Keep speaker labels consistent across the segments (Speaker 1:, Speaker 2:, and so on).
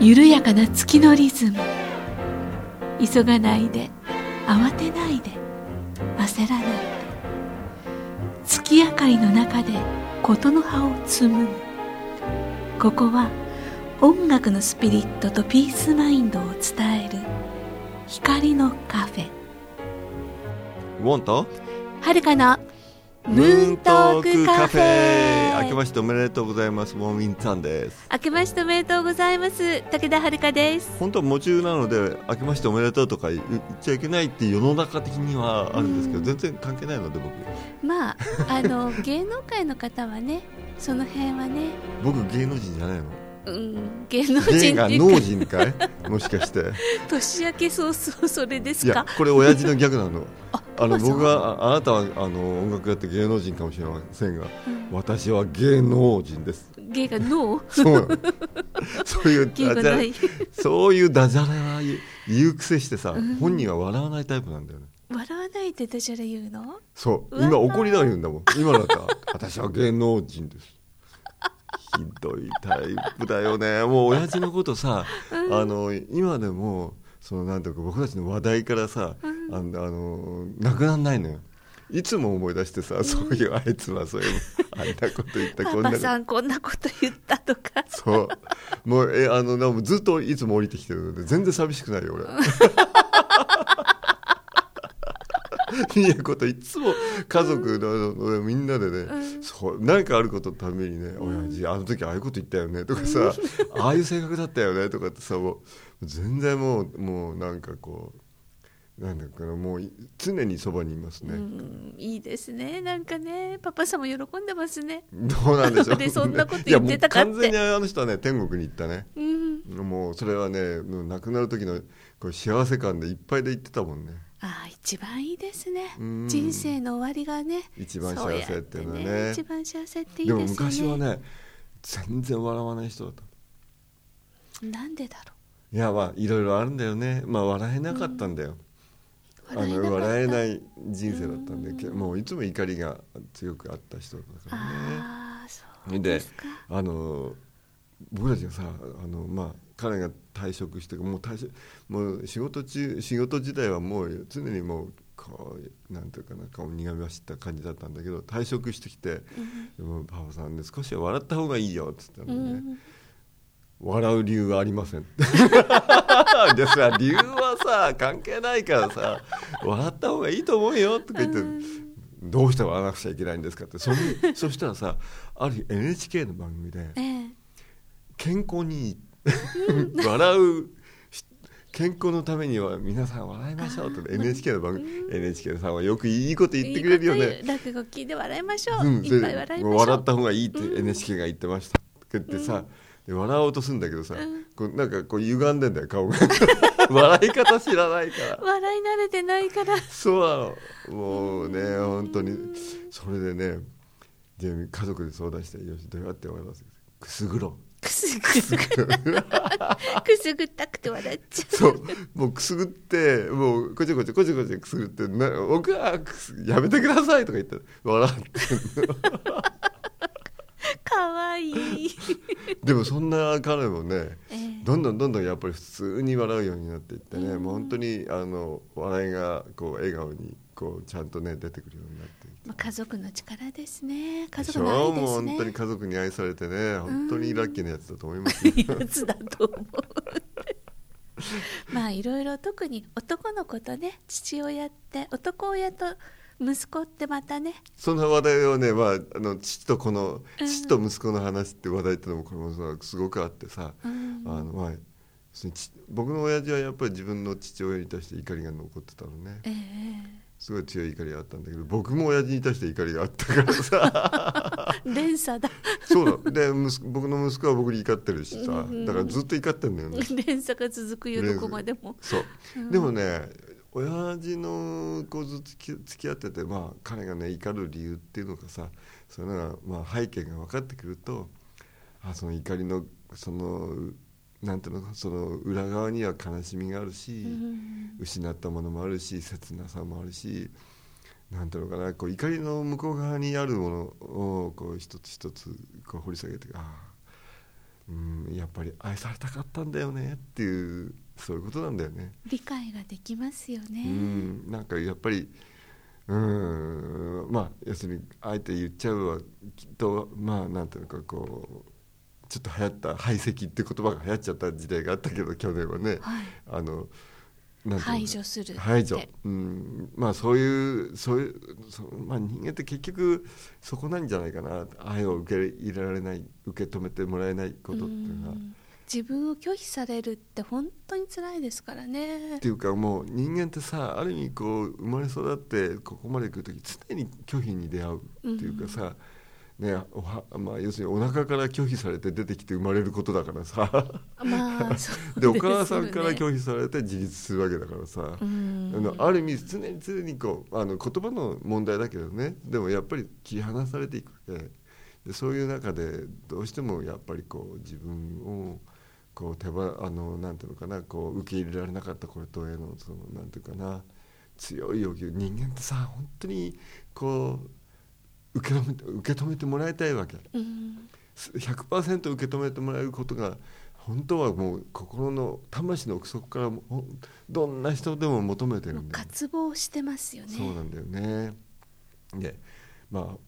Speaker 1: 緩やかな月のリズム急がないで慌てないで焦らないで月明かりの中で事の葉を紡ぐここは音楽のスピリットとピースマインドを伝える光のカフェ
Speaker 2: ウォンと
Speaker 1: はるかのムーントークカフェ
Speaker 2: 明けましておめでとうございますウォンウィンさんです
Speaker 1: 明けましておめでとうございます武田遥です
Speaker 2: 本当は夢中なので明けましておめでとうとか言言っちゃいけないって世の中的にはあるんですけど全然関係ないので
Speaker 1: まああの芸能界の方はねその辺はね、
Speaker 2: 僕僕芸能人じゃないの
Speaker 1: うん、芸能
Speaker 2: 芸
Speaker 1: 人っ
Speaker 2: が
Speaker 1: ていうか
Speaker 2: 能人かい もしかして
Speaker 1: 年明け早々それで
Speaker 2: い
Speaker 1: す
Speaker 2: や
Speaker 1: か
Speaker 2: これ親父のギャグなの
Speaker 1: あ
Speaker 2: あ
Speaker 1: パパ
Speaker 2: の
Speaker 1: さん
Speaker 2: 僕はああなたはあの音楽やって芸能人かもしれません
Speaker 1: う
Speaker 2: が
Speaker 1: ん
Speaker 2: 私は芸能人です
Speaker 1: 芸が脳
Speaker 2: そうなの そういう
Speaker 1: 芸が
Speaker 2: ダジャレ
Speaker 1: ない
Speaker 2: そういうダジャレは言う言う癖してさ、
Speaker 1: うん
Speaker 2: 本人は笑わないタイプなんだよね
Speaker 1: 笑わないでダジャレ言うの
Speaker 2: そう
Speaker 1: うわ
Speaker 2: 今怒りながら言うんだもん今だったら私は芸能人です ひどいタイプだよねもう親父のことさ、あの今でもそのなんていうか僕たちの話題からさ、あのあのなくなんないのよいつも思い出してさ、そういうあいつはそういうあんなこと言ったこ
Speaker 1: パ
Speaker 2: んな
Speaker 1: パ
Speaker 2: こと
Speaker 1: さんこんなこと言ったとか
Speaker 2: そうもうえあのなんかずっといつも降りてきてるので全然寂しくない よ俺いいこといつも家族ののみんなでね、そうなんかあることのためにね「親父あの時ああいうこと言ったよね」とかさ「ああいう性格だったよね」とかってさもう全然もうもうなんかこうなんだかなもうい常にそばにいます
Speaker 1: う
Speaker 2: ね、
Speaker 1: んいいですねなんかねパパさんも喜んでますね
Speaker 2: どうなんでしょう
Speaker 1: でそんなこと言ってたかって
Speaker 2: いやもう完全にあの人はね天国に行ったね
Speaker 1: うん
Speaker 2: もうそれはねもう亡くなる時のこう幸せ感でいっぱいで言ってたもんね
Speaker 1: ああ一番いいですね
Speaker 2: うん
Speaker 1: 人生の終わりがね
Speaker 2: 一番幸せっていうのはね
Speaker 1: そうやって一番幸せっていい
Speaker 2: で
Speaker 1: ですね
Speaker 2: も昔はね全然笑わない人だった
Speaker 1: なんでだろ
Speaker 2: いやまあいろいろあるんだよねまあ笑えなかったんだよ、
Speaker 1: う
Speaker 2: あ
Speaker 1: 笑えなか
Speaker 2: の
Speaker 1: った
Speaker 2: 笑えないい人生だったんでけもういつも怒りが強くあった人だから
Speaker 1: ああそう
Speaker 2: ね
Speaker 1: で
Speaker 2: です
Speaker 1: か
Speaker 2: あの僕たちがさあのまあ彼が退職してもう退職もう仕事中仕事時代はもう常にもうこうなんていうかな顔に苦み走った感じだったんだけど退職してきて「もうパパさんね少しは笑った方がいいよ」っつったの
Speaker 1: う
Speaker 2: ね、
Speaker 1: ん
Speaker 2: 笑う理由はありま せんでさ理由はさ関係ないからさ笑った方がいいと思うよとか言って、どうして笑わなくちゃいけないんですかってそんそしたらさある日 NHK の番組で
Speaker 1: ええ
Speaker 2: 健康にいい笑うし健康のためには皆さん笑いましょうって NHK の番組 NHK さんはよくいいこと言ってくれるよ
Speaker 1: いい
Speaker 2: ね
Speaker 1: こ。と言う落語聞いて笑いましょう、
Speaker 2: うん、
Speaker 1: いっぱい笑いましょう
Speaker 2: 笑った方がいいって NHK が言ってましたって言ってさ、で笑おうとするんだけどさ、こうなんかこう歪んでんだよ 顔が笑い方知らないから
Speaker 1: 笑い慣れてないから
Speaker 2: そうなのもうね本当にそれでねで家族で相談して「よしどうやって笑わせるくすぐろ
Speaker 1: くすぐったくすぐったくて笑っちゃ
Speaker 2: う」そうもうくすぐってもうこちょこちょこちょこちょくすぐってな「僕はくすやめてください」とか言って笑ってんの
Speaker 1: うかわいい、
Speaker 2: でもそんな彼もね
Speaker 1: ええ
Speaker 2: どんどんどんどんやっぱり普通に笑うようになっていってね、もう本当にあの笑いがこう笑顔にこうちゃんとね出てくるようになっていって
Speaker 1: まあ、家族の力ですね家
Speaker 2: でし
Speaker 1: 族
Speaker 2: ょ
Speaker 1: の愛で
Speaker 2: も
Speaker 1: す
Speaker 2: う
Speaker 1: ね
Speaker 2: 本当に家族に愛されてね本当にラッキーなやつだと思 います、
Speaker 1: いいやつだと思うまあいろいろ特に男の子とね父親って男親と息子ってまたね
Speaker 2: そんな話題をね、まあ、あの父とこの
Speaker 1: うん
Speaker 2: 父と息子の話って話題ってのもこれもさすごくあってさ、
Speaker 1: うん
Speaker 2: あのまあその父僕の親父はやっぱり自分の父親に対して怒りが残ってたのね
Speaker 1: ええ
Speaker 2: すごい強い怒りがあったんだけど僕も親父に対して怒りがあったか らさ
Speaker 1: 連鎖だ
Speaker 2: そうだで息子僕の息子は僕に怒ってるしさ
Speaker 1: うん
Speaker 2: だからずっと怒ってんだよね
Speaker 1: 連鎖が続くよどこまでも
Speaker 2: そう
Speaker 1: うん
Speaker 2: でもね親父の子ずつき付き合っててまあ彼がね怒る理由っていうのがさそれがまあ背景が分かってくるとあその怒りのそのなんていうのかその裏側には悲しみがあるし、
Speaker 1: うん
Speaker 2: 失ったものもあるし切なさもあるしなんていうのかなこう怒りの向こう側にあるものをこう一つ一つこう掘り下げてああうんやっぱり愛されたかったんだよねっていうそういうことなんだよね。
Speaker 1: 理解ができますよね、
Speaker 2: うんなんかやっぱりうんまあ要するにあえて言っちゃうはきっとまあなんていうのかこうちょっと流行った排斥って言葉が流行っちゃった時代があったけど去年はね。
Speaker 1: はい
Speaker 2: あのなんていうの
Speaker 1: 排除するって
Speaker 2: 排除、うん、まあそういうそういうそまあ、人間って結局そこなんじゃないかな愛を受け入れられない受け止めてもらえないことっていうのは。
Speaker 1: うん自分を拒否されるって本当に辛いですからね
Speaker 2: っていうかもう人間ってさある意味こう生まれ育ってここまで来る時常に拒否に出会うっていうかさ、ねおはまあ、要するにお腹から拒否されて出てきて生まれることだからさ
Speaker 1: まあそう
Speaker 2: でお母さんから
Speaker 1: 否
Speaker 2: 拒否されて自立するわけだからさ、あの
Speaker 1: あ
Speaker 2: ある意味常に常にこうあの言葉の問題だけどねでもやっぱり切り離されていくわけでそういう中でどうしてもやっぱりこう自分をこう手ばあのなんていうのかなこう受け入れられなかったことへのそのなんていうかな強い要求人間ってさ本当にこう受け止めて受け止めてもらいたいわけ。
Speaker 1: うん
Speaker 2: 100%受け止めてもらえることが本当はもう心の魂の奥底からもほんどんな人でも求めてる
Speaker 1: もうん
Speaker 2: だよね
Speaker 1: 渇望してますよね
Speaker 2: そうなんだよね。でまあ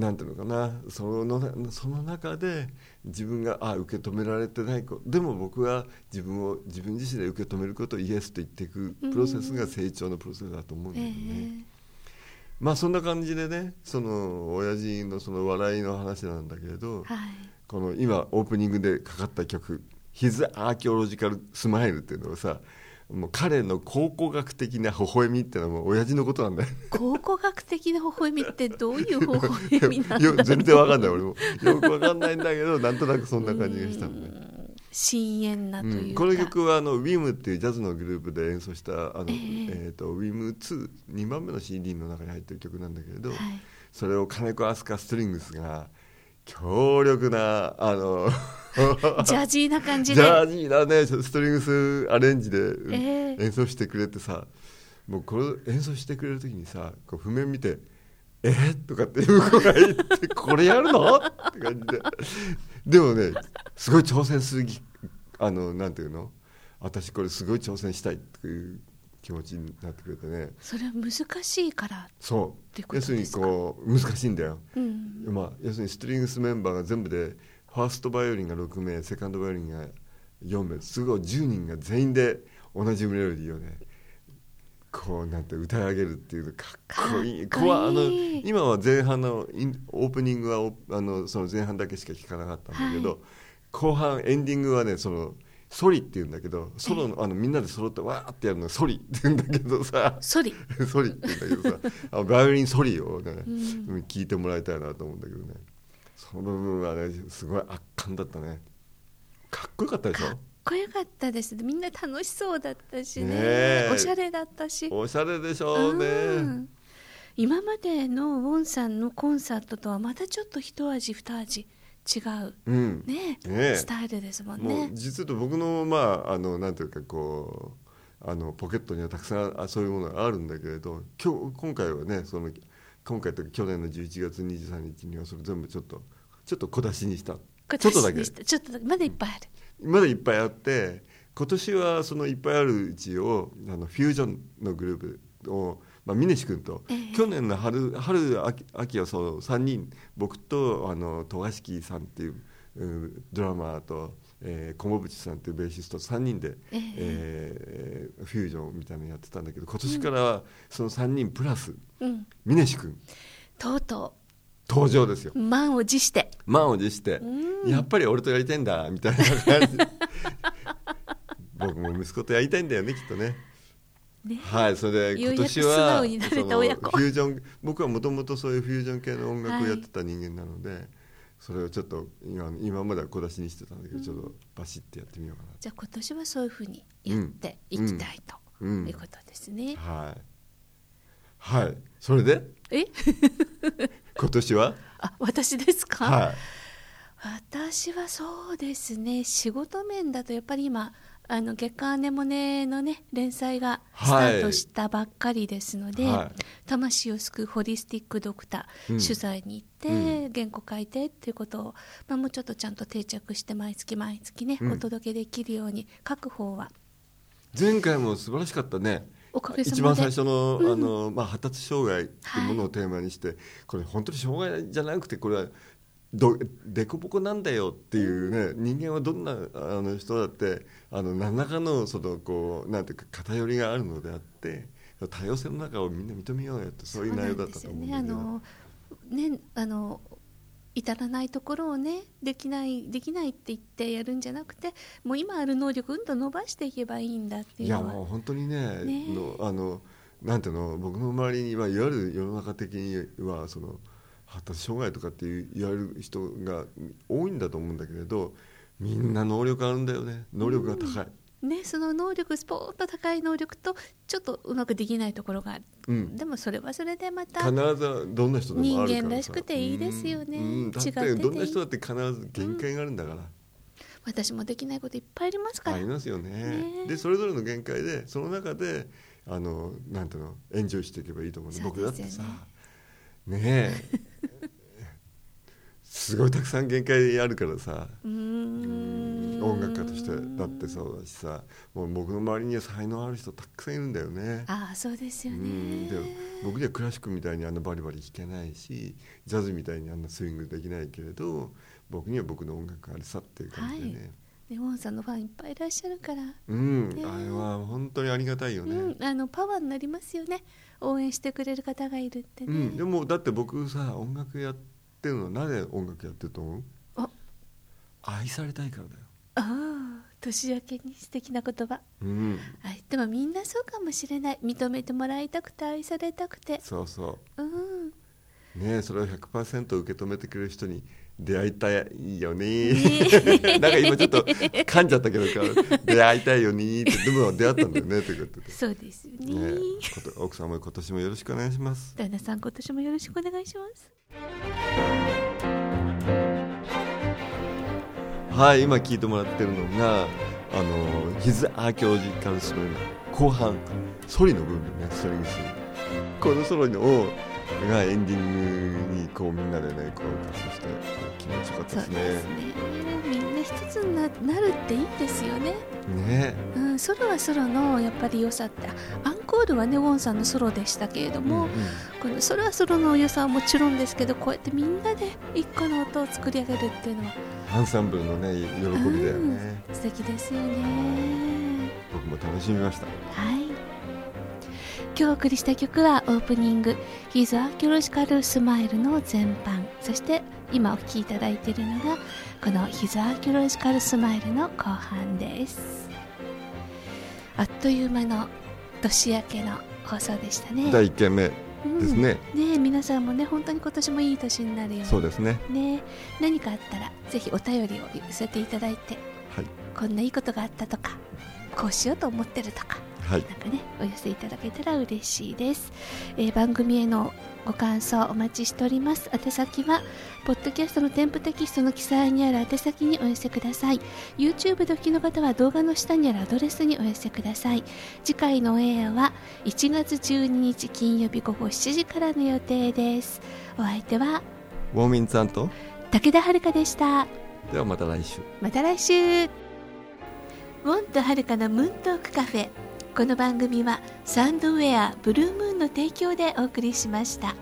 Speaker 2: なんていうのかなそのその中で自分があ受け止められてない子でも僕は自分を自分自身で受け止めることをイエスと言っていくプロセスが成長のプロセスだと思うんだ
Speaker 1: え
Speaker 2: よ
Speaker 1: え
Speaker 2: ね。まあそんな感じでねその親父のその笑いの話なんだけれど、
Speaker 1: はい
Speaker 2: この今オープニングでかかった曲「His Archaeological Smile」っていうのはさもう彼の考古学的な微笑みっていうのはもう親父のことなんだよ
Speaker 1: 考古学的な微笑みってどういう微笑みなんだろ
Speaker 2: よ
Speaker 1: う
Speaker 2: 全然わかんない俺もよくわかんないんだけどなんとなくそんな感じがしたのね、
Speaker 1: 深淵なと
Speaker 2: うん
Speaker 1: いうか、
Speaker 2: この曲はあの WIM っていうジャズのグループで演奏したあの、
Speaker 1: え
Speaker 2: え
Speaker 1: え
Speaker 2: ーと WIM22 番目の CD の中に入ってる曲なんだけれど、
Speaker 1: はい
Speaker 2: それを金子飛鳥ストリングスが強力なあの
Speaker 1: ジャージーな感じ
Speaker 2: ジ
Speaker 1: で
Speaker 2: ャージーだねストリングスアレンジでうん
Speaker 1: ええ
Speaker 2: 演奏してくれてさ、もうこれ演奏してくれる時にさこう譜面見て「えーとかって 向こうが言って「これやるの?」って感じででもねすごい挑戦するぎあのなんていうの私これすごい挑戦したいっていう気持ちになってくれてね
Speaker 1: それは難しいから、
Speaker 2: そ
Speaker 1: ってこと
Speaker 2: う要する
Speaker 1: で
Speaker 2: に
Speaker 1: すか
Speaker 2: こう難しいんだよ。
Speaker 1: うん、
Speaker 2: まあ、要するにストリングスメンバーが全部でファーストバイオリンが6名セカンドバイオリンが4名すごい10人が全員で同じメロディーをねこうなんて歌い上げるっていうのかっこいい
Speaker 1: かっこいい
Speaker 2: こわあの今は前半のインオープニングはおあのその前半だけしか聴かなかったんだけど、
Speaker 1: はい
Speaker 2: 後半エンディングはねそのソリっていうんだけどソロのあのみんなで揃ってわーってやるのソリって言うんだけどさ
Speaker 1: ソリ
Speaker 2: ソリって言うんだけどさあのバイオリンソリをね、
Speaker 1: ん
Speaker 2: うん聞いてもらいたいなと思うんだけどねその部分はねすごい圧巻だったねかっこよかったでし
Speaker 1: かっこよかったですみんな楽しそうだったしね
Speaker 2: ねえ
Speaker 1: おしゃれだったし
Speaker 2: ょおしゃれでしょうね
Speaker 1: うん今までのウォンさんのコンサートとはまたちょっと一味二味違う
Speaker 2: うん
Speaker 1: ねえ
Speaker 2: ねえ
Speaker 1: スタイルですもん
Speaker 2: もう
Speaker 1: ね
Speaker 2: 実は僕のまああのなんていうかこうあのポケットにはたくさんあそういうものがあるんだけれど今日今回はねその今回というか去年の11月23日にはそれ全部ちょっとちょっと小出しにしたちょっとだ
Speaker 1: 今年
Speaker 2: け
Speaker 1: にしてちょっとだけまだいっぱいある
Speaker 2: まだいっぱいあって今年はそのいっぱいあるうちをあのフュージョンのグループを、まあ、峰志君と、
Speaker 1: ええ
Speaker 2: 去年の春春秋秋はそう3人僕とあの戸賀敷さんっていううんドラマーと、えー、小野淵さんっていうベーシスト3人で、
Speaker 1: ええ
Speaker 2: えーフュージョンみたいなのやってたんだけど今年からはその3人プラス
Speaker 1: うん
Speaker 2: 峰志君
Speaker 1: とうと
Speaker 2: 登場ですよ。
Speaker 1: う満を持して
Speaker 2: 満を持して
Speaker 1: う
Speaker 2: やっぱり俺とやりたいんだみたいな 感じ僕も息子とやりたいんだよねきっとね
Speaker 1: ね
Speaker 2: はいそれで
Speaker 1: よう
Speaker 2: 今
Speaker 1: やく
Speaker 2: 年
Speaker 1: 素直
Speaker 2: は
Speaker 1: になれた
Speaker 2: その
Speaker 1: 親子
Speaker 2: フュージョン僕はもともとそういうフュージョン系の音楽をやってた人間なので、それをちょっと今今までは小出しにしてたんだけど、ちょっとバシッてやってみようかな
Speaker 1: じゃあ今年はそういうふうにやっていきたいと、
Speaker 2: うん
Speaker 1: いうことですね、
Speaker 2: はいはいそれで
Speaker 1: え
Speaker 2: 今年は
Speaker 1: あ私ですか、
Speaker 2: はい
Speaker 1: 私はそうですね仕事面だとやっぱり今あの月刊アネモネのね連載がスタ
Speaker 2: はい
Speaker 1: ートしたばっかりですので、
Speaker 2: は
Speaker 1: 魂を救うホリスティックドクター、
Speaker 2: うん
Speaker 1: 取材に行って、
Speaker 2: う
Speaker 1: 原稿書いてっていうことを、まあ、もうちょっとちゃんと定着して毎月毎月ね、
Speaker 2: うん
Speaker 1: お届けできるように各方は
Speaker 2: 前回も素晴らしかったね
Speaker 1: おかげさまで
Speaker 2: 一番最初の,、
Speaker 1: うん
Speaker 2: あのまあ、発達障害っていうものをテーマにして、これ本当に障害じゃなくてこれはどでこぼこなんだよっていうね、人間はどんなあの人だってあの何らかのそのこうなんていうか偏りがあるのであって多様性の中をみんな認めようよってそういう内容だったと思うんだ
Speaker 1: そう
Speaker 2: けど
Speaker 1: なんですよねあのねあの至らないところをねできないできないって言ってやるんじゃなくてもう今ある能力うんと伸ばしていけばいいんだってい
Speaker 2: いうや
Speaker 1: のは
Speaker 2: もう本当にね
Speaker 1: ね
Speaker 2: のあのなんていうの僕の周りにはいわゆる世の中的にはその発達障害とかっていう言われる人が多いんだと思うんだけれどみんな能力あるんだよね能力が高い、
Speaker 1: ね、その能力スポーンと高い能力とちょっとうまくできないところがある、
Speaker 2: うん
Speaker 1: でもそれはそれでまた
Speaker 2: 必ずどんな人でもあるからさ
Speaker 1: 人間らしくていいですよね
Speaker 2: うんうんだっ
Speaker 1: 違っててい
Speaker 2: て
Speaker 1: い
Speaker 2: どんな人だって必ず限界があるんだから、
Speaker 1: 私もできないこといっぱいありますか
Speaker 2: あ
Speaker 1: ら、
Speaker 2: りますよね
Speaker 1: ね
Speaker 2: でそれぞれの限界でその中であのなんていうのエンジョイしていけばいいと思うの
Speaker 1: そう
Speaker 2: 僕だって
Speaker 1: です
Speaker 2: さ
Speaker 1: よ
Speaker 2: ねえすごいたくさん限界あるからさ
Speaker 1: うーん
Speaker 2: 音楽家としてだってそうだしさもう僕の周りには才能ある人たくさんいるんだよね。
Speaker 1: ああそうですよ
Speaker 2: う
Speaker 1: ね
Speaker 2: んで僕にはクラシックみたいにあのバリバリ弾けないしジャズみたいにあんなスイングできないけれど僕には僕の音楽があるさっていう感じでね、
Speaker 1: はいねウォンさんのファンいっぱいいらっしゃるから、
Speaker 2: うん
Speaker 1: ね
Speaker 2: あれは本当にありがたいよね。
Speaker 1: うん、あのパワーになりますよね応援してくれる方がいるってね、
Speaker 2: うん、でもだって僕さ音楽やってるのはなぜ音楽やってると思う
Speaker 1: あ
Speaker 2: 愛されたいからだよ、
Speaker 1: ああ年明けに素敵な言葉
Speaker 2: うん、
Speaker 1: はい、でもみんなそうかもしれない認めてもらいたくて愛されたくて
Speaker 2: そうそ
Speaker 1: うん
Speaker 2: うねえそれを100%受け止めてくれる人に出会いたいよね なんか今ちょっと噛んじゃったけど出会いたいよねってでも出会ったんだよねということで
Speaker 1: そうですよね
Speaker 2: ねえこと奥様今年もよろしくお願いします
Speaker 1: 旦那さん今年もよろしくお願いします
Speaker 2: はい今聞いてもらってるのがあのヒズアーキョージカルスの後半ソリの部分ねストリングスこのソロのがエンディングにこうみんなでねこうパスして気持ちよかった
Speaker 1: そう
Speaker 2: で
Speaker 1: ですすねみんな一つにななるっていいですよね、
Speaker 2: ねね
Speaker 1: うん、ソロはソロのやっぱり良さってあアンコールはねウォンさんのソロでしたけれども、
Speaker 2: ん
Speaker 1: このソロはソロの良さはもちろんですけどこうやってみんなで一個の音を作り上げるっていうのは
Speaker 2: アンサンブルのね喜びだよね
Speaker 1: 素敵ですよね
Speaker 2: 僕も楽しみました
Speaker 1: はい。今日お送りした曲はオープニング「His Archaeological Smile」の前半そして今お聴きいただいているのがこの「His Archaeological Smile」の後半ですあっという間の年明けの放送でしたね
Speaker 2: 第1回目で
Speaker 1: うん
Speaker 2: すね
Speaker 1: ねえ皆さんもね本当に今年もいい年になるよ
Speaker 2: そううですね
Speaker 1: にねえ何かあったらぜひお便りを寄せていただいて
Speaker 2: はい
Speaker 1: こんないいことがあったとかこうしようと思ってるとか
Speaker 2: はい
Speaker 1: なんかねお寄せいただけたら嬉しいです、えー番組へのご感想お待ちしております宛先はポッドキャストの添付テキストの記載にある宛先にお寄せください YouTube でお聞きの方は動画の下にあるアドレスにお寄せください次回のオンエアは1月12日金曜日午後7時からの予定ですお相手は
Speaker 2: ウォーミンさんと
Speaker 1: 武田遥でした
Speaker 2: ではまた来週
Speaker 1: また来週ウォンとはるかのムーントークカフェこの番組はサンドウェアブルームーンの提供でお送りしました。